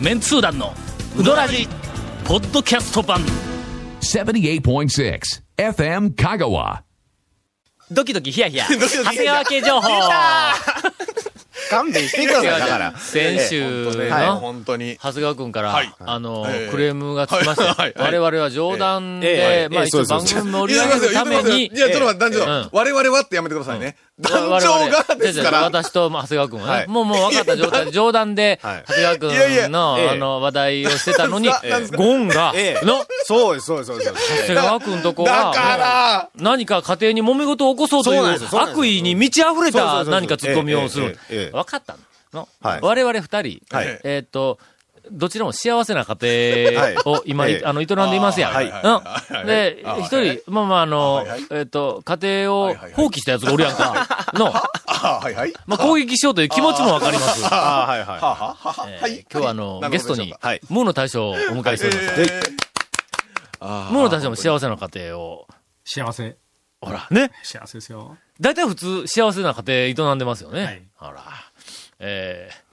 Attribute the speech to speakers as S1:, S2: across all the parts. S1: メンツー団のウドラジポッドキャスト版
S2: 78.6 FM Kagawa.
S3: ドキドキヒヤヒヤ。長谷川家情報。
S4: 勘弁してください、だから。
S3: 先週の、
S4: ええ
S5: はい、本当に。
S3: 長谷川君から、
S5: はい
S3: あの、
S5: ええ
S3: クレームがつきました、
S5: はいは
S3: 我
S5: い
S3: 々は冗談で、
S4: ええ
S3: まあ、
S4: ええ
S3: 一応
S4: そう
S3: 番
S4: です
S3: 組盛り上げるために、
S5: いや、ちょっと待って、男女、
S3: うん
S5: 我々はってやめてください
S3: 我
S5: ね。男
S3: 々
S5: 女がですか
S3: じゃあじゃあ
S5: ら。
S3: 私とまあ長谷川君はね、
S5: はい
S3: もうもう分かった状態で、冗談で、
S4: はい
S3: 長谷川君の
S5: いやいや
S4: ええ
S3: あの話題をしてたのに、
S5: なんすかなんすか
S3: ゴンが、
S4: ええ
S3: の、
S4: そうです、そうです、そうです。
S3: 長谷川君とこ
S5: だ
S3: が、
S5: か
S3: 何か家庭に揉め事を起こそうとい
S4: そうな
S3: う
S4: んですよそうなんですよ
S3: 悪意に満ち溢れ
S4: そうそうそ
S3: た
S4: うそう
S3: 何か突っ込みをす
S4: ええ
S3: る
S4: ええええ。
S3: 分かったの。
S4: はい
S3: 我々二人、
S4: はい
S3: えーっと、どちらも幸せな家庭を今、
S4: はい
S3: いあの、営んでいますやん。
S5: はいはい
S3: うんで
S5: は、い
S3: 一人、まあまあ、あの
S5: はいはい、
S3: えーっと、家庭
S5: は
S3: を
S5: いはいはい
S3: 放棄したやつがおるやん か。の、
S5: らあーはいはい。
S3: まあ、攻撃しようという気持ちもわかります。
S4: ああ、はいはい。
S5: はあはあはあ
S3: えー
S5: はい。
S3: 今日 はあの、
S5: なる
S3: ゲ
S5: ほ
S3: ス
S5: ど
S3: トに
S5: でしょう、
S4: はい
S3: ムーの大将をお迎えしております。
S5: かえ
S3: ムーの大将も幸せな家庭を、
S6: 幸せ、
S3: ほら、ね。
S6: 幸せですよ。
S3: 大体普通、幸せな家庭営んでますよね。
S6: はい
S3: ほら。え
S5: ー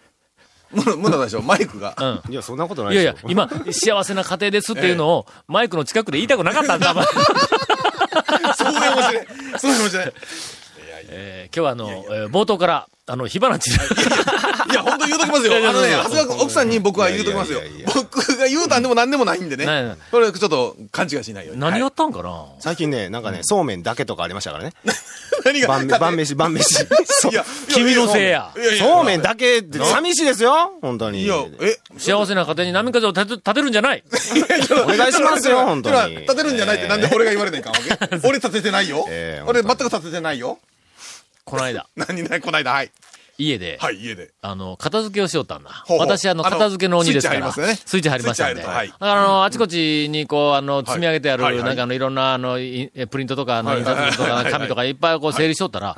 S5: むむなでしょ、マイクが。
S3: ー、
S4: いや、そんなこと
S3: う。
S4: なんい
S3: いや
S4: で
S3: い
S4: すよ。
S3: や、今、幸せな家庭ですっていうのを、マイクの近くで言いたくなかったんだ、
S5: そうかもしれない。そうかもしれない。
S3: えー今日はあの、えー冒頭から、あの、火花散ら、
S5: いや、本当言うときますよ。あのね、長谷川君奥さんに僕は言うときますよ
S4: いやいやいや。
S5: 僕が言うたんでも何でもないんで
S3: ないない
S5: ね。これ、ちょっと勘違いしないように。
S3: 何や
S5: を
S3: ったんかな、
S4: 最近ね、なんかね、そうめんだけとかありましたからね。
S5: 何が
S4: 晩飯、晩飯、晩飯。そう
S5: いや
S3: 君のせいや。
S5: やいや
S4: そうめんだけって寂しいですよ、本当に。
S5: いや、え、
S3: 幸せな家庭に波風を立て立てるんじゃない
S4: お願いします よ、本当
S5: 今、
S4: に。
S5: 立てるんじゃないってなんで俺が言われないかんわけ俺立ててないよ
S4: ええ。
S5: 俺全く立ててないよ。
S3: この間、
S5: 何ないこないだ、はい。
S3: 家で、
S5: はい、家で。
S3: あの、片付けをしよったんだ。
S5: ほうほう
S3: 私、あの、片付けの鬼ですから。
S5: あのスイッチ入りますよね
S3: スイッチ入りましたんで。
S5: スイッチ入る
S3: だ
S5: と
S3: から、あの、あちこちに、こう、あの、積み上げてある、
S5: はいはい
S3: なんかあの、いろんな、あの、いえプリントとか、あの
S5: はい
S3: 印刷物と
S5: は
S3: か
S5: い、はい
S3: 紙とか、いっぱいこう整理しとったら、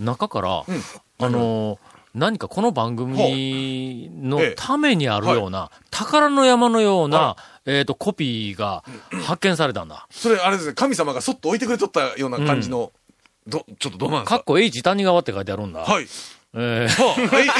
S3: 中から、あの、何かこの番組の
S5: ほうええ
S3: ためにあるような、宝の山のような
S5: は、
S3: えっと、コピーが発見されたんだ。
S5: それ、あれですね、神様がそっと置いてくれとったような感じの、ど、ちょっとどうなんです
S3: かっ
S5: か
S3: こ H 谷川って書いてあるんだ。
S5: はい。
S3: えー
S5: え、え、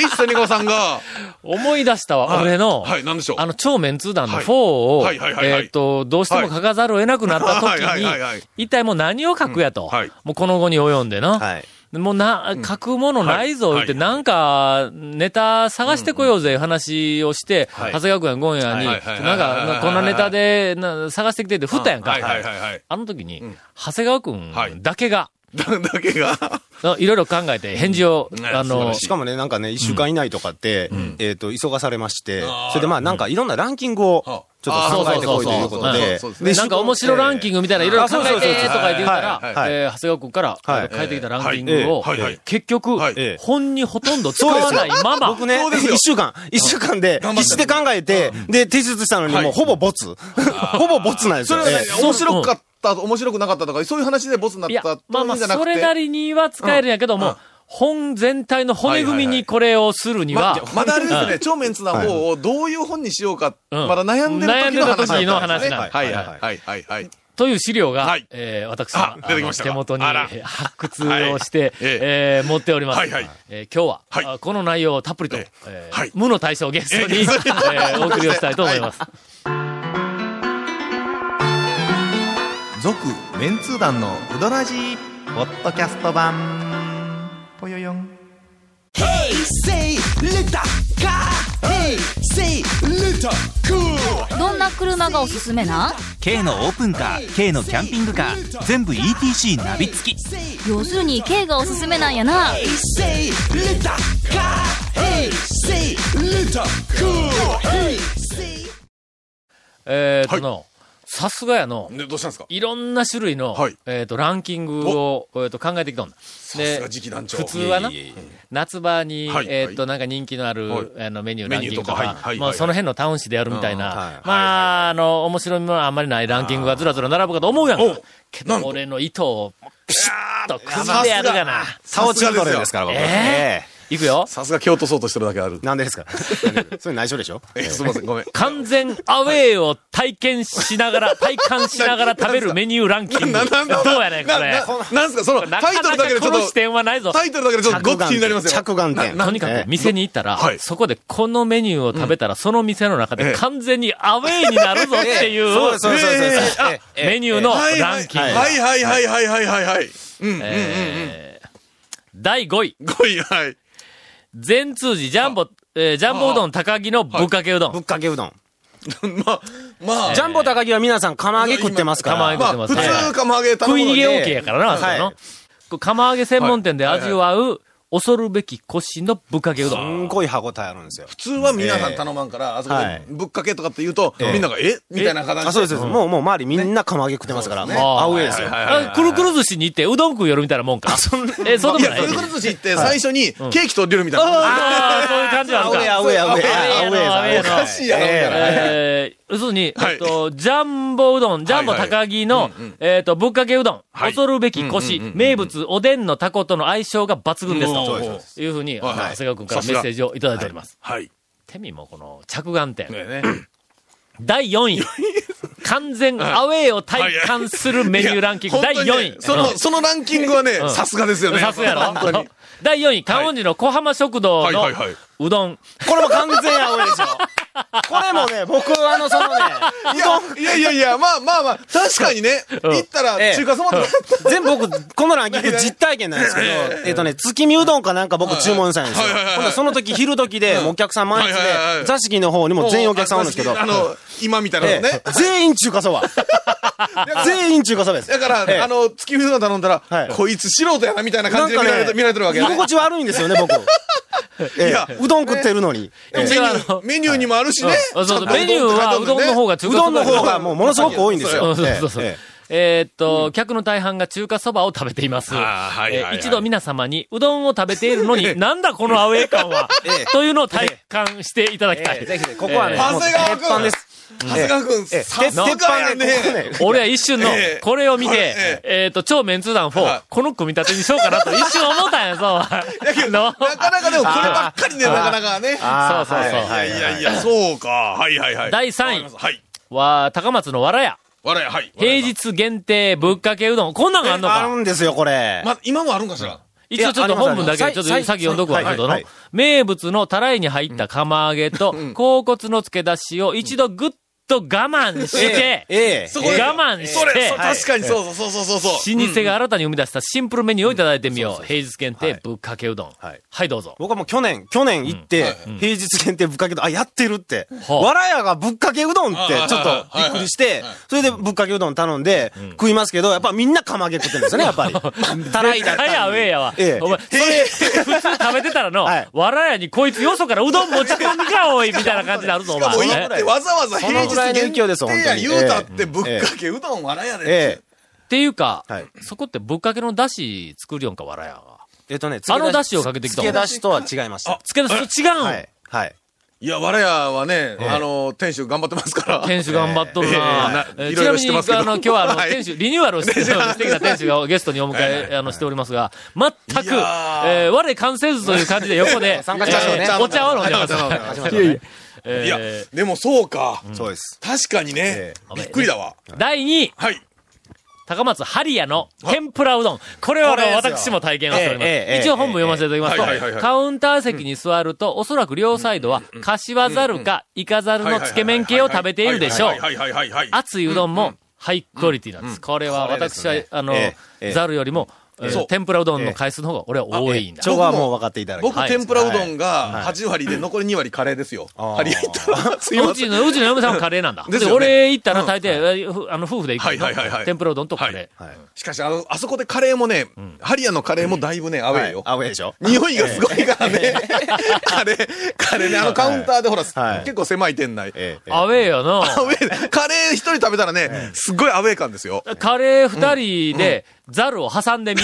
S5: 一谷川さんが、
S3: 思い出したわ、俺の、
S5: はいはいなんでしょう
S3: あの、超メンツー団の
S5: はい
S3: 4を、
S5: はいはいはいはい
S3: えーっと、どうしても書かざるを得なくなった時に、
S5: はいはいはいはい
S3: 一体もう何を書くやと、
S5: うんはい
S3: もうこの後に及んでな、
S4: はい。
S3: もうな、書くものないぞ、言って、
S5: はい
S3: なんか、ネタ探してこようぜ、話をして、
S4: はい
S3: 長谷川君が今夜に、
S5: はいはい
S3: なん
S5: はいはい
S3: か、こんなネタで、な探してきてって振ったやんか。
S5: はいはいはいはい。
S3: あの時に、長谷川君
S5: はい
S3: だけが、
S5: だ、だけが、
S3: いろいろ考えて返事を、
S5: うん
S3: あ
S5: 素晴
S3: の
S5: ら、い
S4: しかもね、なんかね、一週間以内とかって、えっと、急がされまして
S5: あー、
S4: それでまあ、なんかいろんなランキングを、ち
S5: は
S4: ょ
S5: あ
S4: っと考えてこいということ
S5: あー
S4: で
S5: そうそうそうそうそうそうそうそ
S4: で
S5: う、
S3: なんか面白ランキングみたいな、いろいろ考え
S4: あそうそう
S3: て
S4: そうそう
S3: とか言って言うか
S5: はい
S3: ら、
S4: はい
S3: えー長谷川君から
S4: はい
S3: 変えてきたランキングを
S5: はいはいはい、
S3: 結局
S5: はい、
S4: ええ
S3: 本にほとんど使わないまま、
S4: 僕ね
S5: そうです、よ
S4: 一週間、一週間で、
S5: 頑張
S4: 必
S5: って
S4: 死で考えて、で、提出したのに、
S5: はい
S4: もうほぼボツ。ほぼボツなんです
S5: それ
S4: よ。
S5: はね
S4: ええ
S3: そう
S5: 面白かった、面白くなかったとか、そういう話でボスになっ
S3: いや
S5: た、
S3: まあまあ、
S5: というんじゃなく
S3: そ
S5: て
S3: れなりには使えるんやけども、本全体の骨組みにこれをするには
S5: ま、まだあれですね、超メンツな方をどういう本にしようか、まだ悩んでる時の話
S3: 悩んでた時の
S5: だったんですね
S3: 話なんです
S5: はいはいはいはいはい。
S3: という資料が
S5: はい、
S3: えー私
S5: あ
S3: の
S5: 出てきましたか
S3: あの手元に
S5: あら
S3: えー発掘をして、え
S5: え
S3: ー持っております
S5: はいはい。
S3: えー今日は
S5: はい
S3: あ、この内容をたっぷりと
S5: ええ、
S3: え
S5: は
S3: ー
S5: い
S3: 無の対象ゲストに
S5: ええ
S3: えーお送りをしたいと思います。
S7: 続メンツー団のウドラジーポッドキャスト版ぽよよん
S8: どんな車がおすすめなん
S9: K のオープンカー K のキャンピングカー全部 ETC ナビ付き
S8: 要するに軽がおすすめなんやな
S3: えー、との、さすがやの、
S5: ねどうしたんですか
S3: いろんな種類の、
S5: はい
S3: えっ、と、ランキングを、えっ、と、考えてきたんだ。
S5: すが次期団長
S3: 普通はない
S4: えいえいえいえ、
S3: 夏場に、
S5: はい
S3: えっ、と、なんか人気のある、
S5: はい
S3: あの、メニューランキングとか、
S5: メニューとかはいはい
S3: まあ、
S5: はい
S3: その辺のタウン誌でやるみたいな、
S4: うんはい
S3: まあ、あの、面白みもあんまりないランキングがずらずら並ぶかと思うやん
S5: お
S3: か。けど
S5: なん、と
S3: 俺の糸を、ピシッと、くじでやるがな。
S4: 差をつけとるんですから、僕。
S3: ええ
S4: ええ
S3: いくよ。
S5: さすが蹴落とそうとしてるだけある。
S4: なんで ですかそれ内緒でしょ
S5: えすいません、ご めん。
S3: 完全アウェーを体験しながら、体感しながら食べるメニューランキング。
S5: な、な、な、
S3: どうやねん、こ
S5: な
S3: れ。
S5: ななんすか、その、
S3: な
S5: タ
S3: か
S5: イトル
S3: な
S5: だけで
S3: か
S5: ちょ
S3: こ
S5: っ
S3: の視
S5: と、
S3: 点はないぞ。
S5: タイトルだけでちょっとごっつ気になりますよ。
S4: 着眼点。
S3: とにかく店に行ったら、
S5: はい
S3: そこでこのメニューを食べたら、その店の中
S5: ええ
S3: で完全にアウェーになるぞって いう、
S4: そうですそうですそうです
S5: えーあ
S4: ええええ
S3: メニューの
S5: はいは
S3: ラ
S5: い
S3: ンキング。
S5: はいはいはいはいはいはいはい。うんうんうんうん。
S3: えー第5位、
S5: 5位、はい。
S3: 全通寺ジャンボ、えージャンボうどん高木のぶっかけうどん。
S4: ぶっかけうどん。
S5: まあ、まあ
S4: ジ、ャンボ高木は皆さん釜揚げ食ってますから。
S3: 釜揚げ
S5: ま
S3: 言
S5: あ、
S3: って
S5: 普
S3: ますね
S5: 通釜揚げ頼
S3: 食
S5: む
S3: い
S5: の
S3: 逃
S5: に
S3: げ OK やからな、そういうの
S4: は
S3: こう釜揚げ専門店で味わう、恐るべき腰のぶっかけうど
S4: す
S3: ん。
S4: んごい歯応えあるんですよ。
S5: 普通は皆さん頼まんから、あそこ
S4: は
S5: で
S4: い
S5: ぶっかけとかって言うと、みんなが、えみたいな形で。
S4: あ、そうです、そうです。もう、もう周りみんな釜揚げ食ってますから。もう、アウェイですよ。
S3: あくるくる寿司に行って、うどん食うよるみたいなもんか。え、そう
S5: い
S3: でも
S5: や、
S3: な
S5: く
S3: い
S5: るくる寿司って最初にケーキと出るみたいな。
S3: ああ、そういう感じはあ
S4: ア
S3: る
S4: ウェイ、
S3: か。
S4: アウェイ、アウェイ。
S3: アウェイ
S4: アウ
S3: アウェイ
S4: ェ
S3: アウ
S4: イ
S3: ェイ
S4: さ
S5: おかしいやろみたいな。
S3: えー、要するに、
S5: はい
S3: えっと、ジャンボうどん、ジャンボ高木の、えっと、ぶっかけうどん、
S5: はい
S3: 恐るべき腰、名物、おでんのタコとの相性が抜群ですと。
S5: そうです
S3: いうふうに、あの
S5: はい
S3: 長谷川君からメッセージをいただいております。
S5: はい。
S3: てみもこの着眼点。
S5: ね
S3: 第4位。 完全アウェーを体感するメニューランキング。
S5: いや
S3: 第
S5: 本当に
S3: 4
S5: ね
S3: 位。
S5: その、そのランキングはね
S3: ん、
S5: さすがですよね。
S3: さすがや
S5: 本当
S3: ろ
S5: に。
S3: 第4位、観音寺の小浜食堂
S5: はい
S3: の
S5: はいはいう
S3: どん。
S4: これも完全アウェイですよ。これもね、僕、あの、そのね、
S5: いや、いやいやいや、まあまあまあ、確かにね、行ったら
S4: ええ
S5: 中華そばとか
S4: 全部僕、このランキング実体験なんですけど、えっとね、月見うどんかなんか僕注文したんですよ。ほんならその時、昼時で、もうお客さん満室で
S5: はいはいは、い
S4: 座敷の方にも全員お客さんおるんですけど、
S5: あの、今みたいなの
S4: え
S5: ね。
S4: え全員中華そば。全員中華そばです。
S5: だから、
S4: ええ
S5: あの、月見うどん頼んだら、
S4: はい
S5: こいつ素人やなみたいな感じで
S4: な
S5: 見
S4: んからね
S5: れて,、見られてるわけ
S4: 居
S5: やね。
S4: 心地悪いんですよね、 僕。え
S5: いや
S4: えうどん食ってるのに。
S5: メニ
S3: ちはあ
S5: ュ
S3: の
S5: ー、メニューにもあるしね。
S3: そうそう
S5: ちゃと
S3: メニューはうどんの方が
S5: が。
S3: 中
S4: う
S3: 華そば
S4: どん
S3: だ
S4: の
S3: けど
S4: 方がもうものすごく多いんです
S3: うん
S4: よ。
S3: そうそうそう。
S4: ええ
S3: えーっと、客の大半が中華そばを食べています。
S5: あーはいはいはい
S3: えー一度皆様にうどんを食べているのに、なんだこのアウェー感は、というのを体感していただきた
S4: ええ
S3: い。
S4: ぜひね、ここはね、
S5: ええ
S4: もう
S5: 長谷川君
S4: 鉄板です。
S5: 長谷川君、
S4: ええ
S5: さすがやね
S4: 鉄。板でここね
S3: 俺は一瞬の
S5: ええ、
S3: これを見
S5: これ
S3: て
S5: え、
S3: えーっと、超メンツー団4
S5: は、
S3: この組み立てにしようかなと一瞬思ったんや ぞ。
S5: だけど
S3: の
S5: なかなかでもこればっかりね、なかなかね。
S3: そうそうそう。
S5: いやいや、そうか。はいはいはい。
S3: 第3
S5: わかり
S3: 位
S5: ますはい。
S3: は、高松のわらや。
S5: 笑い、はい。
S3: 平日限定ぶっかけうどん。こんなんがあんの
S4: あ
S3: か
S4: るんですよ、これ。
S5: ま、今もあるんかしら
S3: 一応ちょっと本文だけでちょっと先読んどくわけどの
S4: はいはい。
S3: 名物のたらいに入った釜揚げと、甲骨の漬け出しを一度ぐっと我慢して、
S4: ええ。
S5: そこで
S3: 我慢して
S5: それ、そう
S3: はい
S5: 確かにそうそうそうそうそう。
S3: 老舗が新たに生み出したシンプルメニューをいただいてみよう。平日限定ぶっかけうどん。
S4: はい
S3: はい、どうぞ。
S4: 僕はもう去年、去年行って、平日限定ぶっかけうどん、あ、やってるって。
S3: はあ
S4: わらやがぶっかけうどんって、ちょっとびっくりして、それでぶっかけうどん頼んで、食いますけど、やっぱみんな釜揚げ食ってるんですよね、やっぱり。 たらいだった
S3: は
S4: り
S3: や、アウェーやわ。
S4: ええ
S3: お前、それ、普通食べてたらの、
S4: はい
S3: わらやにこいつよそからうどん持ち込みか、おい、みたいな感じになるぞ、お
S5: しかも
S3: 前。
S5: 行ってわざわざ平日限定や言うたってぶっかけうどん笑いやで
S4: ええ。
S3: っていうか、
S4: はい
S3: そこってぶっかけのだし作るよんか、わらやが。
S4: えっとね、
S3: あの出汁をかけてきた
S4: 漬け出しとは違いました。
S3: つけだし、違うん、
S4: はい。はい。
S5: いや、我らはね、あの、店主頑張ってますから。
S3: 店主頑張っとるな。
S5: え
S3: え
S5: え
S3: ー
S5: い
S3: ちな
S5: ろ
S3: いみ
S5: ろ
S3: に、
S5: してますけど
S3: あの、今日は、あの、
S5: はい
S3: 店主、リニューアルをしてしてきた店主 がゲストにお迎え、あの、しておりますが、全く、
S5: いやー
S3: えー我関せずという感じで横で、
S4: 参加しましょうね
S3: えーお茶を飲んでます。えー
S5: いや、でもそうか。
S4: そうです。
S5: 確かにね
S4: え、
S5: びっくりだわ。
S3: 第2位、
S5: はい。
S3: 高松ハリヤの天ぷらうどん。これはあの
S4: これですよ
S3: 私も体験をしております。
S4: ええええ
S3: 一応本文読ませていただき
S5: ええはいは
S3: ます
S5: いはいは
S3: と、
S5: い
S3: カウンター席に座ると、おそらく両サイドは、柏猿かイカ猿のつけ麺系を食べているでしょう
S5: は。いはいはいはい。
S3: 熱いうどんもハイクオリティなんです。これは私は、あの
S4: えええ、え
S3: ざるよりも、えー
S5: そう
S3: 天ぷらうどんの回数の方が俺は多いんだ。
S4: 今日はもう分かっていただきまし
S5: 僕、
S4: た。
S5: 天ぷらうどんが8割で残り2割カレーですよ。ハリエットは。すいま
S3: う
S5: せ
S3: ち
S5: ん。
S3: の、うちの嫁さんはカレーなんだ。
S5: です
S3: で、
S5: よね
S3: 俺行ったら大抵、ふあの、夫婦で行くけど
S5: はいはいはいはい
S3: 天ぷらうどんとカレー。
S5: しかし、あの、あそこでカレーもね、ハリアのカレーもだいぶね、アウェイよ。
S4: アウェイでしょ
S5: 匂いがすごいからね。 カレー、カレーね、あのカウンターでほら、
S4: はい
S5: 結構狭い店内。
S4: ええ。
S3: アウェーやな。
S5: アウェー、カレー一人食べたらね、すっごいアウェー感ですよ。
S3: カレー二人で、ザルを挟ん でみ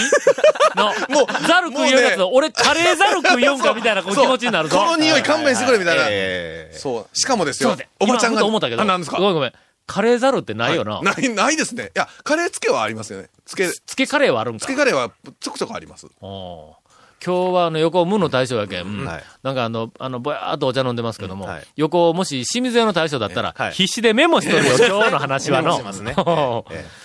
S3: の、
S5: もう
S3: ザル食いよるやつ、
S5: もう
S3: 俺カレーザル食いよんかみたいなこう気持ちになるぞ。
S5: そうこの匂い勘弁してくれみたいな。
S4: ええ。
S5: そう。しかもです
S3: ちょっ
S5: よ
S3: と待って、
S5: おばちゃん
S3: 今ふ
S5: が。
S3: と思ったけど。
S5: あなんですか
S3: ごめんごめん。カレーザルってないよな。
S5: ない、ないですね。いや、カレーつけはありますよね。つけ、つ
S3: つけカレーはあるんか。
S5: けカレーはちょくちょくあります。
S3: おー今日はあの横、無の大将やけん、うん
S4: はい
S3: なんかあの、あの、ぼやーっとお茶飲んでますけども、
S4: はい
S3: 横、もし清水屋の大将だったら、
S4: はい
S3: 必死でメモしとるよ、今日の話はの。
S4: メモしま すね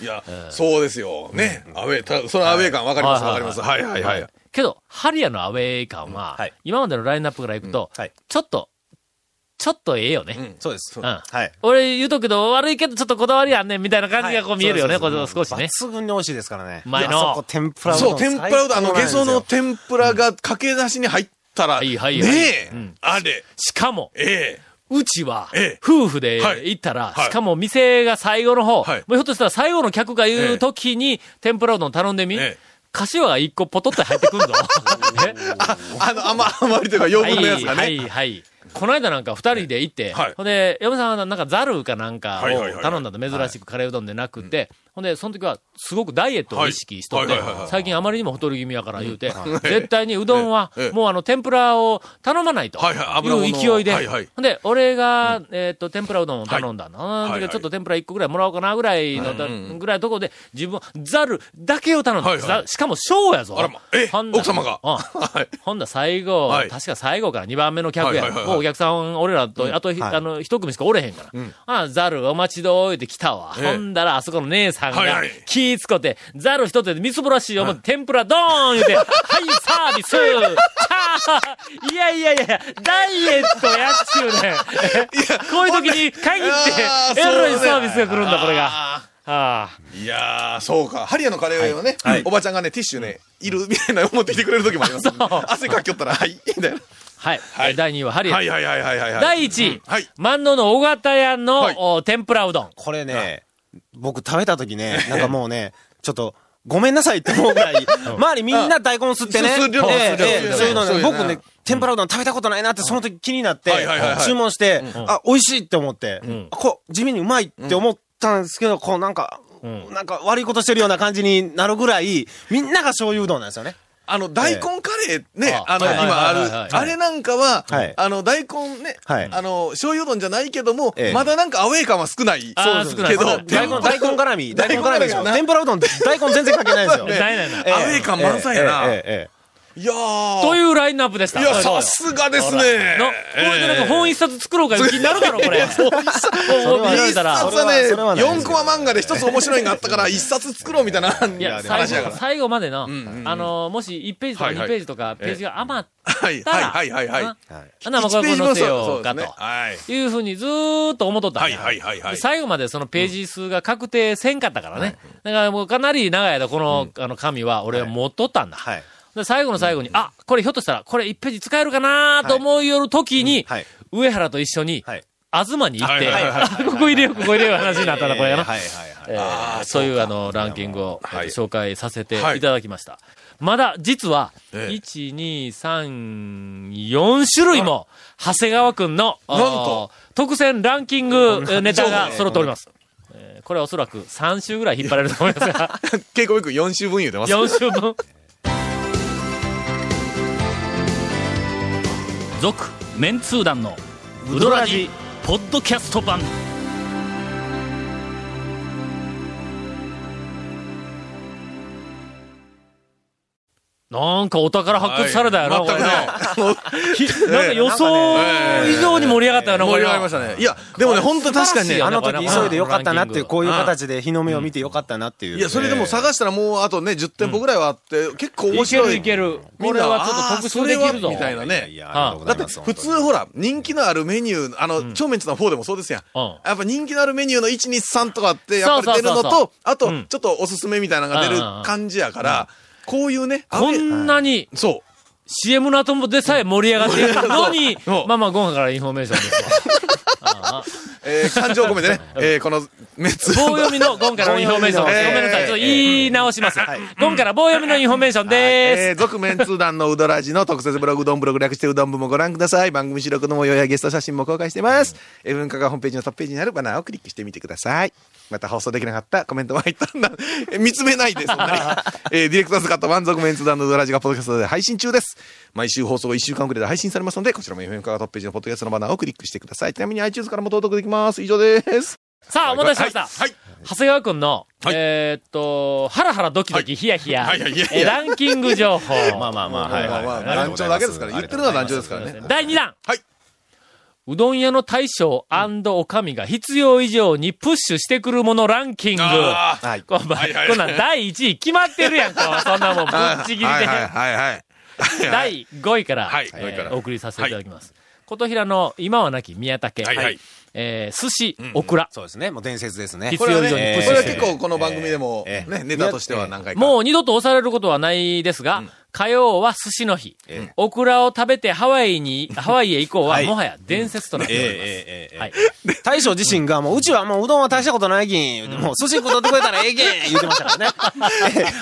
S5: いや、そうですよ。ね。アウェイ、たそのアウェイ感わかります、わかります。はいはいはい。
S3: けど、ハリアのアウェイ感は、
S4: はい
S3: 今までのラインナップからいくと、
S4: うんはい
S3: ちょっと、ちょっとええよね。
S5: うん
S4: そうです。
S3: うん
S4: はい。
S3: 俺言うとくけど、悪いけどちょっとこだわりあんねんみたいな感じがこう見えるよね、
S4: はい
S3: これ少しね。
S4: 抜群に美味しいですからね。
S3: うまいの
S4: いやあそこ天ぷらうどん
S5: そう、天ぷらうどん、あの、ゲソの
S4: 最
S5: 天ぷらが駆け出しに入ったら、
S3: はい
S5: ね
S3: はいはい
S5: え
S3: うん、
S5: あれ、
S3: しかも、
S5: ええ。
S3: うちは
S5: ええ、
S3: 夫婦で
S5: はい
S3: 行ったら、
S5: はい
S3: しかも店が最後の方、
S5: はい
S3: もうひょっとしたら最後の客が言
S5: え
S3: う
S5: え
S3: 時に、天ぷらうどん頼んでみ、
S5: ええ
S3: 柏が一個ポトッと入ってくん ぞ。
S5: あの、甘、甘りというか、余
S3: はい、
S5: 分なやつが
S3: は
S5: ね。
S3: い、はい。この間なんか二人で行って、
S5: はい
S3: ほんで、嫁さんはなんかザルかなんか
S5: はいはいはいは
S3: を
S5: い
S3: 頼んだと珍しくカレーうどんでなくて、ほんで、その時はすごくダイエットを意識しとって
S5: はいはいはいはいは、い
S3: 最近あまりにも太り気味やから言うて、絶対にうどんは
S5: ええええ
S3: もうあの天ぷらを頼まないと
S5: はいはい油物
S3: い
S5: を
S3: う勢いで、
S5: はいはい
S3: ほんで、俺が、えーっと、天ぷらうどんを頼んだの。
S5: い
S3: ほん
S5: はいは
S3: で
S5: い
S3: ちょっと天ぷら一個ぐらいもらおうかなぐらいの、
S5: うんうん
S3: ぐらいのところで、自分はザルだけを頼んだ。
S5: はいはい
S3: ざしかも小やぞ。
S5: あらま、ええ
S3: ほんなら
S5: 奥様が。
S3: うん
S5: はい。
S3: ほんだら最後、
S5: はい
S3: 確か最後から2番目の客や。
S5: はいはいはいはい
S3: もうお客さん、俺らと、あとひ、
S4: はい
S3: あの、一組しかおれへんから。ああ、ザルお待ちどおいて来たわ。
S5: ええ
S3: ほんだら、あそこの姉さん
S5: はい
S3: が
S5: はい、
S3: 気ぃつこて、ザル一手でみすぼらしい思って、天ぷらドーン言うて、はい、サービスさあいやいやいやいや、ダイエットやっちゅうねん。こういう時に限
S5: あ
S3: っ
S5: ー
S3: て、エ
S5: そう
S3: ロ
S5: ね
S3: いサービスが来るんだ、これが。ああ。
S5: いやー、そうか。ハリアのカレーはね、おばちゃんがね、ティッシュね、いるみたいなの持ってきてくれる時もあります、ね。汗かきよったら、はい、みたいな。
S3: はい。
S5: はい
S3: 第2位はハリエ
S5: はいはいはいはいはいはい。
S3: 第1位、
S5: うんはい。
S3: 万能の尾形屋の、
S5: はい
S3: お天ぷらうどん。
S4: これね、僕食べた時ね、なんかもうね、ちょっと、ごめんなさいって 思うぐらい、周りみんな大根吸ってね、
S5: すするよね
S4: ええ
S5: するよ
S4: ええ
S5: ね
S4: そういうの
S5: そう
S4: ね、
S5: いうの
S4: 僕ね、天ぷらうどん食べたことないなってその時気になって
S5: はいはいはいは、い
S4: 注文して、あ、美味しいって思って
S3: ん、
S4: こう、地味にうまいって思ったんですけど、こうなんか、
S3: ん
S4: なんか悪いことしてるような感じになるぐらい、みんなが醤油うどんなんですよね。
S5: あの、大根カレーね、
S3: あ
S5: あの、
S3: はい
S5: 今
S3: は
S5: あ
S3: いはいはい
S5: る、あれなんかは
S4: はい、
S5: あの、大根ね、
S4: はい
S5: あの、醤油うどんじゃないけども
S4: ええ、
S5: まだなんかアウェイ感は少ない。
S3: あー
S5: そう
S3: 少ない
S5: けど
S3: まだ、
S5: 天
S4: 大
S5: ぷら
S4: 根、大根絡み、大根絡みでしょ。
S5: 大根絡みだな
S4: 天ぷらうどん、大根全然かけないですよ。
S5: ね
S3: ないないない。
S5: アウェイ感満載やな。
S4: ええええええ
S5: いやー。
S3: というラインナップでした。
S5: いや、
S3: そう
S5: さすがですね。
S3: の、これでなんか本一冊作ろうかいう気になるだろ、これ。 こう見られ
S5: 一
S3: たら
S5: 冊。
S4: それはそれ
S5: は
S4: は
S5: ね、
S4: ないで
S5: 4
S4: す
S5: コマ漫画で一つ面白いのがあったから、一冊作ろうみたいな話
S3: いや、
S5: や
S3: 最
S5: か
S3: 後、
S5: ら。
S3: 最後までの、
S5: んうんうん
S3: あの、もし1ページとか
S5: はいは
S3: 2
S5: い
S3: ページとか、ページが余
S5: はい、
S3: った
S5: はい、
S3: ら、
S5: はい、はい、はい。
S3: な
S4: はい
S3: あんなもんこれ
S5: 1
S3: 載せ
S5: そう
S3: よ
S5: そうう
S3: か
S5: ですね
S3: と。
S5: はい。
S3: いうふうにずーっと思っとったんや
S5: はいはいはいはい
S3: で最後までそのページ数が確定せんかったからね。だからもうかなり長い間この、あの紙は俺は持っとったんだ。
S4: はい
S3: で、最後の最後に、あ、これひょっとしたら、これ1ページ使えるかなと思いよる時に、
S4: はい
S3: 上原と一緒に、
S4: はい
S3: 東に行って、
S5: はいはいはい
S3: あここ入れよう、ここ入れよう話になったな、これやな。
S4: はいはいはい。
S3: えーそういうあのランキングを、
S5: はい
S3: えー紹介させて
S5: はい
S3: いただきました。まだ実は、
S5: ええ
S3: 1、2、3、4種類も、長谷川くんの、
S5: んと
S3: あー特選ランキングえーネタ
S5: そうだ
S3: が
S5: ね
S3: 揃っております。えーこれはおそらく3週ぐらい引っ張られると思いますが、
S5: 結構よく4週分言うてます。
S3: 4週 分。
S1: 続メンツー団のウドラジポッドキャスト版
S3: なんかお宝発掘されたよな、これね。
S5: 全くね。
S3: ひなんか予想以上に盛り上がったよな、こ
S5: 盛り
S3: れな
S5: 上がりましたね。いや、でもね、本当に確かにね、
S4: あ
S5: あの
S4: の時急いでよかったなっていう、こういう
S5: うん
S4: 形で日の目を見てよかったなっていう。
S5: いや、それでも探したらもうあとね、10店舗ぐらいはあって、結構面
S3: いけ
S5: 白
S3: る
S5: い。
S3: いける。
S5: み
S3: こ
S5: ん
S3: れ
S5: な
S3: はちょっと特集できるぞ。
S5: あーそれはみたいなね
S4: いやいやありがとうござ
S5: だっ
S4: い
S5: て
S4: ます
S5: 普通ほら、人気のあるメニュー、あの、超メンツの方でもそうですやん。
S3: うん
S5: やっぱ人気のあるメニューの1、2、3とかって、やっぱり出るの
S3: そうそうそうそう
S5: と、あと
S3: うん、
S5: ちょっとおすすめみたいなのが出る感じやから、こういうね、あ
S3: こんなに
S5: そ
S3: CM の後もでさえ盛り上がっているのに
S5: そ、う
S3: まあまあ、ご飯からインフォメーションですよ。
S5: う、えー感情込 めてね、えーこのメンツ。
S3: 棒読みのゴンからのインフォメーションです。ごめんなさい。ちょっと言い直します。ゴンから棒読みのインフォメーションで
S5: えー、続面通談のうどらじの特設ブログ、うどんブログ略してうどん部もご覧ください。番組収録の模様やゲスト写真も公開してます。えー文化がホームページのトップページにあるバナーをクリックしてみてください。また放送できなかったコメントも入ったんだ。えー見つめないで、そんなに。えーディレクターズカット満足面通談のうどらじがポッドキャストで配信中です。毎週放送1週間くらいで配信されますので、こちらも FM 化がトップページのポッドキャストのバナーをクリックしてください。ちなみに iTunes からも登録できます。以上です。
S3: さあ、お待たせしました。
S6: はい。
S3: 長谷川くんの、
S6: はい
S3: えーっと、ハラハラドキドキヒヤヒヤ、
S6: はいはいはいいやいや
S3: えーランキング情報。
S6: まあまあまあ、はい
S5: ま
S6: は
S5: あ
S6: い
S5: ま
S6: は
S5: あ
S6: い。
S5: 団長だけですから、
S6: あ
S5: 言っ
S6: り
S5: てる
S6: がとう
S5: の
S6: ご
S5: は団
S6: ざいます
S5: 長ですからね。
S3: 第2弾。
S6: はい。
S3: うどん屋の大将おかみが必要以上にプッシュしてくるものランキング。
S6: あ
S5: はい。
S3: こんばん
S6: はいはい
S3: こんなん第1位決まってるやんか。そんなもんぶっちぎり
S6: はい
S3: で。
S6: はいはいはい。
S3: 第5位から、
S6: はい
S3: え
S6: 5位から
S3: ーお送りさせていただきます。琴平の今はなき宮武、
S6: はいはい
S3: えー寿司、オクラ、
S4: そうですね。もう伝説ですね。
S3: 必
S5: これ
S3: 要
S5: は
S3: 以
S5: ね、
S3: 上にプッ
S5: こ
S3: シ
S5: れ
S3: ュ
S5: は
S3: して
S5: 結
S3: くる。
S5: 構この番組でも、
S4: え
S5: ね
S4: え、
S5: ネタとしては何回か。
S3: もう二度と押されることはないですが、火曜は寿司の日、オクラを食べてハワイに、ハワイへ行こうは、
S4: はい
S3: もはや伝説となっております。
S4: ええ
S3: はい。
S4: 大将自身が、もう、うちはもううどんは大したことないぎん。もう、寿司食うとってくれたらええげん言ってましたからね。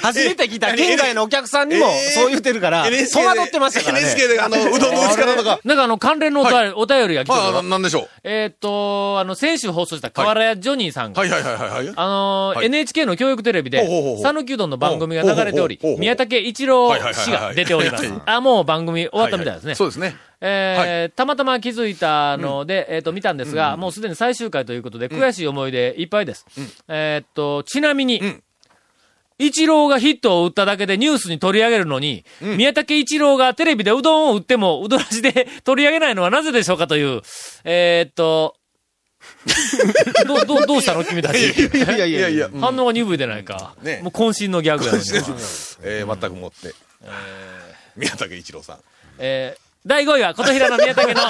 S4: 初めて来た県外のお客さんにも、そう言ってるから、戸惑ってましたからね。
S5: NHK で あの、うどんの打ち方とか。
S3: なんかあの、関連のお便り,、お便りが来てる
S6: まあ、
S3: か
S6: な
S3: ら、
S6: なんでしょう。
S3: えーっと、あの、先週放送した河原屋ジョニーさんが、
S6: はいはいはいはいはい。
S3: あのー
S6: はい
S3: NHK の教育テレビで
S6: ほうほうほう、
S3: 讃岐うどんの番組が流れており
S6: ほうほうほうほ、う
S3: 宮武一郎氏
S6: はいはいはいは
S3: が
S6: い
S3: 出ております。あ、もう番組終わったみたいですね。
S6: そうですね。
S3: えーたまたま気づいたので、えっ、と、見たんですが、もうすでに最終回ということで、悔しい思いでいっぱいです。えーっと、ちなみに、
S6: ん
S3: 一郎がヒットを打っただけでニュースに取り上げるのに、宮武一郎がテレビでうどんを打っても、うどらしで 取り上げないのはなぜでしょうかという、えーっと、どう、どう、どうしたの君たち。
S5: いやいやいやいや。
S3: 反応が鈍いでないか。
S6: ね
S3: もう渾身のギャグや のに。
S6: えー、全くもって。宮武一郎さん。
S3: えー第5位は、琴平の宮武の、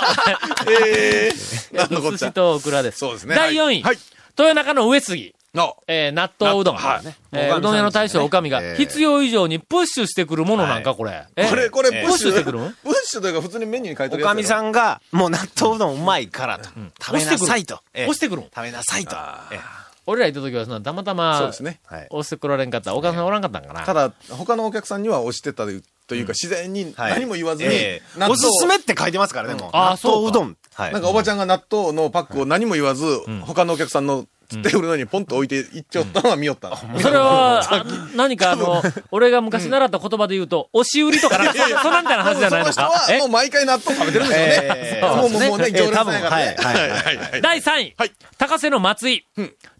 S6: えー、なんのこっ
S3: 寿
S6: ちゃ
S3: 司。とオクラです。
S6: そうですね。
S3: 第4位、
S6: はい。
S3: 豊中の上杉、
S6: の、
S3: えー納豆うどん。
S6: はい
S3: えーうどん屋の大将、おかみが、必要以上にプッシュしてくるものなんか、これ。えー
S6: これ、これ、
S3: プッシュしてくるの
S6: プッシュというか、普通にメニューに書いて
S4: お
S6: るやつや
S4: か
S6: ろ。
S4: みさんが、もう納豆うどんうまいからと。食べなさいと。ええ
S3: 押してくるの
S4: 食べなさいと。ええ
S3: 俺ら行った時は、そんなたまた
S6: そう
S3: ま
S6: です、ね。
S3: 押してこられんかった。お母さんおらんかったんか
S5: た
S3: な。
S5: だ、他のお客さんには押してたというか、自然に何も言わずに
S4: ええ、
S5: 納豆
S4: おすすめって書いてますからね、もう。
S3: ああ
S4: 納豆うどん。はい
S5: なんかおばちゃんが納豆のパックを何も言わず、他のお客さんのテーブルの上にポンと置いていっちゃったのは見よったの。
S3: それ は、あ何かあの、俺が昔習った言葉で言うと、押し売りとかなんか、そんなみたいな話じゃないの
S5: その
S3: か
S5: 人。は
S3: え
S5: もう毎回納豆食べてるんですよね。もうもうもうね、行列
S4: 多分、
S5: なんやから
S4: は
S5: ね
S4: い、はい。
S6: はいはい。
S3: 第3位、
S6: はい
S3: 高瀬の松井、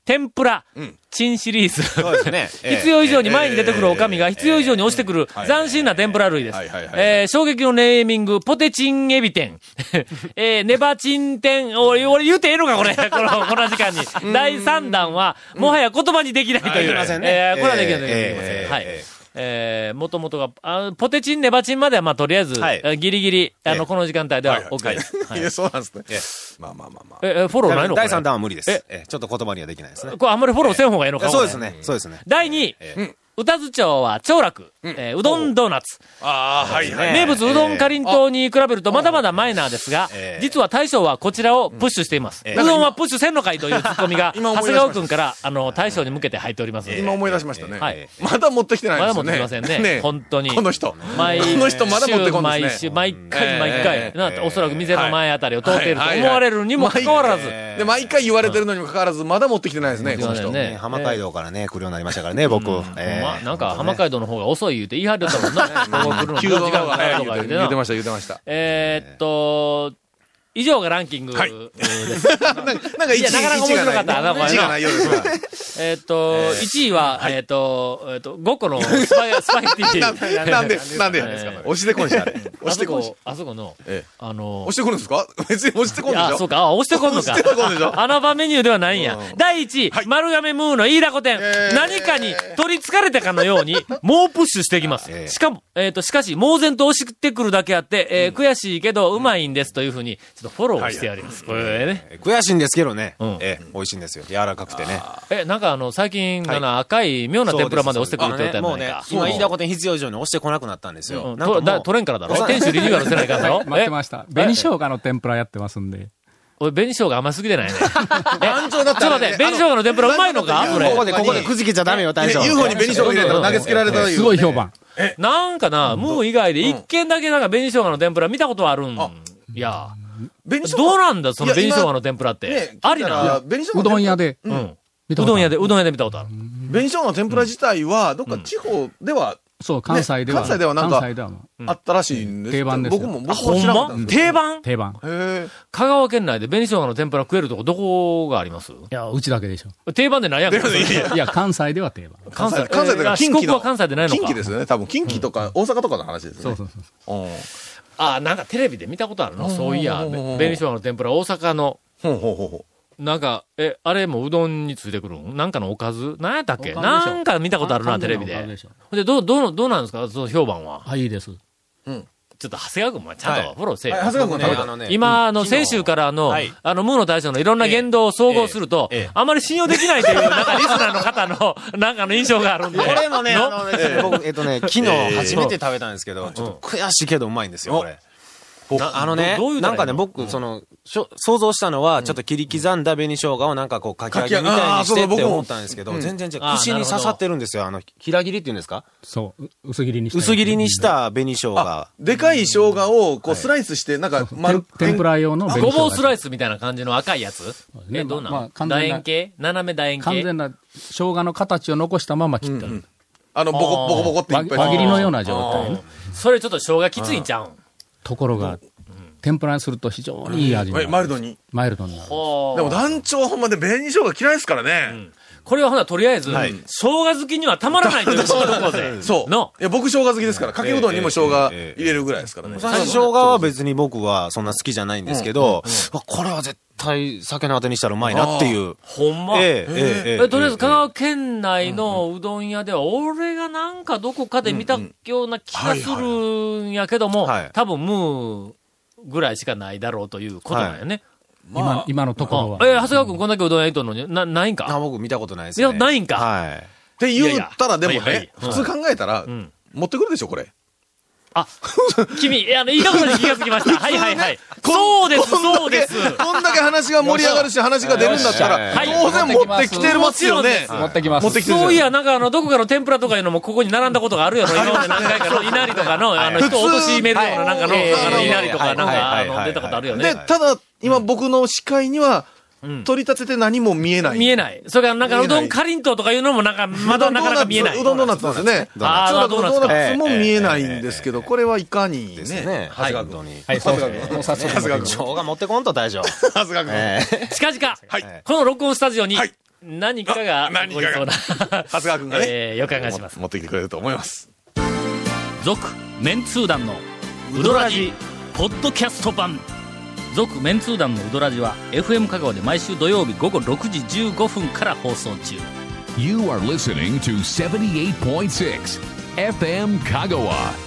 S3: 天ぷら、チンシリーズ。
S4: そうで すね。ええ
S3: 必要以上に前に出てくるおかみが必要以上に押してくる斬新な天ぷら類です
S6: はいはいはい。はい
S3: えー衝撃のネーミング、ポテチンエビ天。 えーネバチン天。おい俺言うてええのかこ れ。この、この時間に。第3弾は、もはや言葉にできないという。
S6: はいはいはい
S3: えーこれはできないとい
S4: ええ
S3: うこと
S4: え
S3: で
S4: え
S3: はい
S4: ええ。
S3: えー、もともとが、あポテチン、ネバチンまでは、まあ、とりあえず、
S4: はい
S3: えーギリギリ、あ
S5: え
S3: の、
S5: え
S3: この時間帯では
S6: はいはい
S3: OK です。はい
S5: いや、そうなんですね。まあまあまあまあ。
S3: え、えフォローないの
S4: 第3
S3: これ
S4: 弾は無理です
S3: え。
S4: ええちょっと言葉にはできないですね。
S3: これあんまりフォローせん方がええのか
S4: そうです。ね。そうですね。
S3: 第2位、歌津町は長楽、えーうどんドーナツ。
S6: ああ、はいはい。
S3: 名物うどんかりんとうに比べるとまだまだマイナーですが、実は大将はこちらをプッシュしています。うどんはプッシュせんのかいというツッコミが、
S5: 今
S3: 長
S5: 思い出
S3: 谷
S5: しま
S3: 川く
S5: した
S3: んから、あの、大将に向けて入っておりますので。
S5: 今思い出しましたね。
S3: はい。
S5: まだ持ってきてない
S3: ま
S5: で
S3: だ
S5: す
S3: 持っ
S5: よ
S3: て
S5: ね。
S3: きませんね。本当に。
S5: この人。こ
S3: 毎週
S5: の人まだ持ってこん
S3: 毎
S5: です
S3: 週、
S5: ね。
S3: 毎回、毎
S5: え
S3: 回、
S5: え
S3: なんておそらく店の前あたりを通っていると
S5: はい
S3: 思われるにもかかわらず、
S5: で、毎回言われてるのにもかかわらず、まだ持ってきてないですね、この
S3: すいませ
S5: 人
S3: ん。
S4: ね浜街道からね、来るようになりましたからね、僕。ええ
S3: まあ、なんか、浜街道の方が遅い言うて言い張りよったもんな。 ここ来るの
S5: 急
S3: に
S5: 動
S3: 時間
S5: が
S3: かかる
S5: 早
S3: と
S5: い
S3: か
S5: 言
S3: 言
S5: う
S3: う
S5: て
S3: てな
S5: 言って。ました、言ってました。
S3: えーっと、以上がランキングです。
S5: なんか、なんか
S3: いや
S5: 一
S3: なかなか面
S5: 一
S3: 白
S5: が
S3: かったなこれな
S5: 一がない夜ですから。
S3: えーっと、1位は、えーっと、えーっと、5個のス パゲスパゲティ。
S5: なんで、なんで、
S3: なんですか
S5: 押してこんし、あれ。押
S3: あ
S5: して
S3: そ
S5: こんし。
S3: こ、あそこの
S5: ええ、
S3: あの
S5: 押、してこんですか別に押してこんでし
S3: あ、
S5: ょ
S3: そうか、あ、押してこんのか
S5: 押してこんでし。ょ
S3: 穴場メニューではないんや。第1位、丸亀ムーの飯田古店
S5: え。ー
S3: 何かに取り憑かれたかのように、猛プッシュしてきます。しかも、えーっと、しかし、猛然と押してくるだけあって、えー悔しいけど、うまいんですというふうに、ちょっとフォローをしてあります。これね。
S4: 悔しいんですけどね。
S3: ん
S4: ええ美味しいんですよ。柔らかくてね。
S3: え、なんかあの、最近、あの、赤い妙な天ぷらまで押してくるって言った
S4: あ
S3: やな
S4: のねもう
S3: い
S4: ね
S3: か。、
S4: 今、飯田古店必要以上に押してこなくなったんですよ。
S3: うん
S4: なんか
S3: とだ
S4: もう
S3: 取れんからだろ店主リニューアルせないからだろ
S10: 待ってま
S3: し
S10: した。紅生姜の天ぷらやってますんで。
S3: 俺、紅生姜甘すぎてないね。
S5: 団長だっ
S3: ちょ
S5: た
S3: っと待って、紅生姜の天ぷらうまいのかそ
S5: 団
S4: ここ
S5: 長だっ
S3: れ。
S4: で、ここでくじけちゃダメよ、大将。
S5: UFO に紅生姜入れたら投げつけられたという
S10: すごい評判。
S3: なんかな、ムー以外で一軒だけなんか紅生姜の天ぷら見たことあるん。いや。
S5: 紅生姜
S3: どうなんだ、その
S5: いや
S3: 紅
S5: 今
S3: 生姜の天ぷらって
S5: ね。
S3: ありな。
S5: 紅生姜
S10: うどん屋で。
S3: うん。う
S10: 見たこと
S3: どん
S10: あ
S3: 屋
S10: る
S3: で、うどん屋で見たことある。
S5: 紅生姜の天ぷら自体は、どっか地方では、
S10: そう、関西では。
S5: 関西ではなんか
S10: 関西ではも
S5: あったらしいんですけど
S10: 定番ですよ
S5: 僕も、
S3: あ、
S5: 僕
S3: ほ
S5: も
S3: ん
S5: 知らなかった
S3: ま
S5: んです
S3: 定番
S10: う定番。
S5: よへ
S3: 香川県内で紅生姜の天ぷら食えるとこどこがあります
S10: いや、うちだけでしょ。
S3: 定番でないやんか。
S10: いや、関西では定番。
S3: 関西、
S5: 関西というか
S3: えー
S5: 近畿の
S3: 四国は関西でないのか。
S5: 近畿ですよね。多分、近畿とか、大阪とかの話ですね。
S10: そうそうそう。
S5: うん
S3: あ、なんかテレビで見たことあるのそういや、
S5: うんうんうんうん
S3: べ紅生姜の天ぷら大阪の、
S5: ほうほうほうほ
S3: なんか、え、あれもうどんについてくるんなんかのおかずなんやったっけ
S10: おかずでし
S3: な
S10: ょ
S3: んか見たことあるな、
S10: 完
S3: テ
S10: 全
S3: レビ
S10: なおかず
S3: で
S10: でしょ。
S3: で、どう、どう、どうなんですかその評判は。
S10: はい、いいです。
S3: ちょっと長谷川君もちゃんとフォローせえよ。
S5: はい長谷川君
S4: あのね
S3: 今、あの、先週からの、
S4: はい
S3: あの、ムーの大将のいろんな言動を総合すると、
S4: ええええ
S3: あまり信用できないという、なんかリスナーの方の、 なんかの印象があるんで。
S4: これもね、
S3: の
S4: あのね、ちょっと僕、えっとね、昨日初めて食べたんですけど、ちょっと悔しいけどうまいんですよ、これ。なあのね
S3: どどうい、うた
S4: な
S3: らい
S4: ん
S3: いの
S4: かね、僕、その、しょ想像したのは、ちょっと切り刻んだ紅生姜をなんかこう、かき揚げみたいにして
S5: かき揚げあーそうそう
S4: って
S5: 僕も
S4: 思ったんですけど、全然違う。
S3: あー
S4: 串に刺さってるんですよ。あの、平切りっていうんですか
S10: そう、う薄切りにした。
S4: 薄切りにし。た紅生姜。
S5: う。でかい生姜を、こう、スライスして、なんか、丸、
S10: 天ぷら用の
S3: ごぼうスラ
S10: イ
S3: イスみたいな感じの赤いやつ
S10: ですね
S3: え、どうな
S10: まあま
S3: の
S10: あ完
S3: 楕
S10: 全な
S3: 円形斜め楕円
S10: 完
S3: 形
S10: 全な生姜の形を残したまま切った。
S5: あの、ボコ、ボコボコってい
S10: 輪
S5: っぱい。
S10: 輪切りのような状態ね。
S3: それちょっと生姜きついんちゃうん
S10: ところが、天ぷらにすると非常にいい味にな
S5: え
S10: る。
S5: マイルドに。
S10: マイルドになる。
S5: でも団長はほんまで紅生姜嫌いですからね。
S3: これはほな、とりあえず、
S4: はい
S3: 生姜好きにはたまらないということでこうぜ。
S5: そう。
S3: の
S5: いや、僕生姜好きですから、かけうどんにも生姜入れるぐらいですからね。
S4: 生姜は別に僕はそんな好きじゃないんですけど、わこれは絶対酒のあてにしたらうまいなっていう。
S3: ほんま。
S4: えええええ
S3: えとりあえず、香川県内のうどん屋では、俺がなんかどこかで見たような気がするんやけども
S4: はいはいはい、
S3: 多分ムーぐらいしかないだろうということなんやね。
S10: 今、今のところは
S3: あ。え長谷川君こんだけうどん屋行っとんのに、な、ないん
S4: あ、
S3: か
S4: 僕見たことないです
S3: い
S4: ね。
S3: や、ないんか。
S4: はい。
S5: って言ったら、でも
S3: いやいや
S5: ね、
S3: はい
S5: 普
S3: はい
S5: 通考えたら、
S3: ん
S5: 持ってくるでしょ、これ。
S3: あ、君、いやあの、いいとことに気がつきました。はいはいはい。そうです、そうです。
S5: こんだけ話が盛り上がるし、話が出るんだったら、
S3: はい
S5: 当然持ってきてますよね。
S10: 持ってきます。持ってき
S3: そういや、なんかあの、どこかの天ぷらとかいうのもここに並んだことがあるよな、今まで何回かの稲荷とかの、あの、人を落としめるようななんかの、
S4: はい
S3: あの、稲荷とかなん
S4: はい
S3: か、
S4: は
S3: あ
S4: いはい
S3: の、出たことあるよ
S5: で、
S3: ね。
S5: ただ、今僕の視界には、取り立てて何も見えない。
S3: 見えない。それからなんか、
S5: 見え
S3: う
S5: ない。
S3: どんかりんとうとかいうのもなんか、まだなかなか見えないう
S5: どんドーナツなんですよね。
S3: あー
S5: そうだ
S3: ドーナツか
S5: ドーナツも見えないんですけど、これはいかに
S4: です
S5: ね。
S4: ね。はい。本当に。
S10: はい、そうですもう早速持ってきます。
S4: 生姜持ってこんと大 丈夫。
S5: はずがくん。
S4: ええ
S3: 近々、
S5: はい
S3: この録音スタジオに
S5: はい、
S3: 何かが
S5: あ
S3: 起
S5: 何
S3: こ
S5: か
S3: り
S5: が
S3: そうな、
S5: 長谷川君がね
S3: えー予感がします。
S5: 持ってきてくれると思います。
S11: 続メンツー団のウドラジポッドキャスト版続メンツー団のウドラジは FM 香川で毎週土曜日午後6時15分から放送中
S2: You are listening to 78.6 FM Kagawa.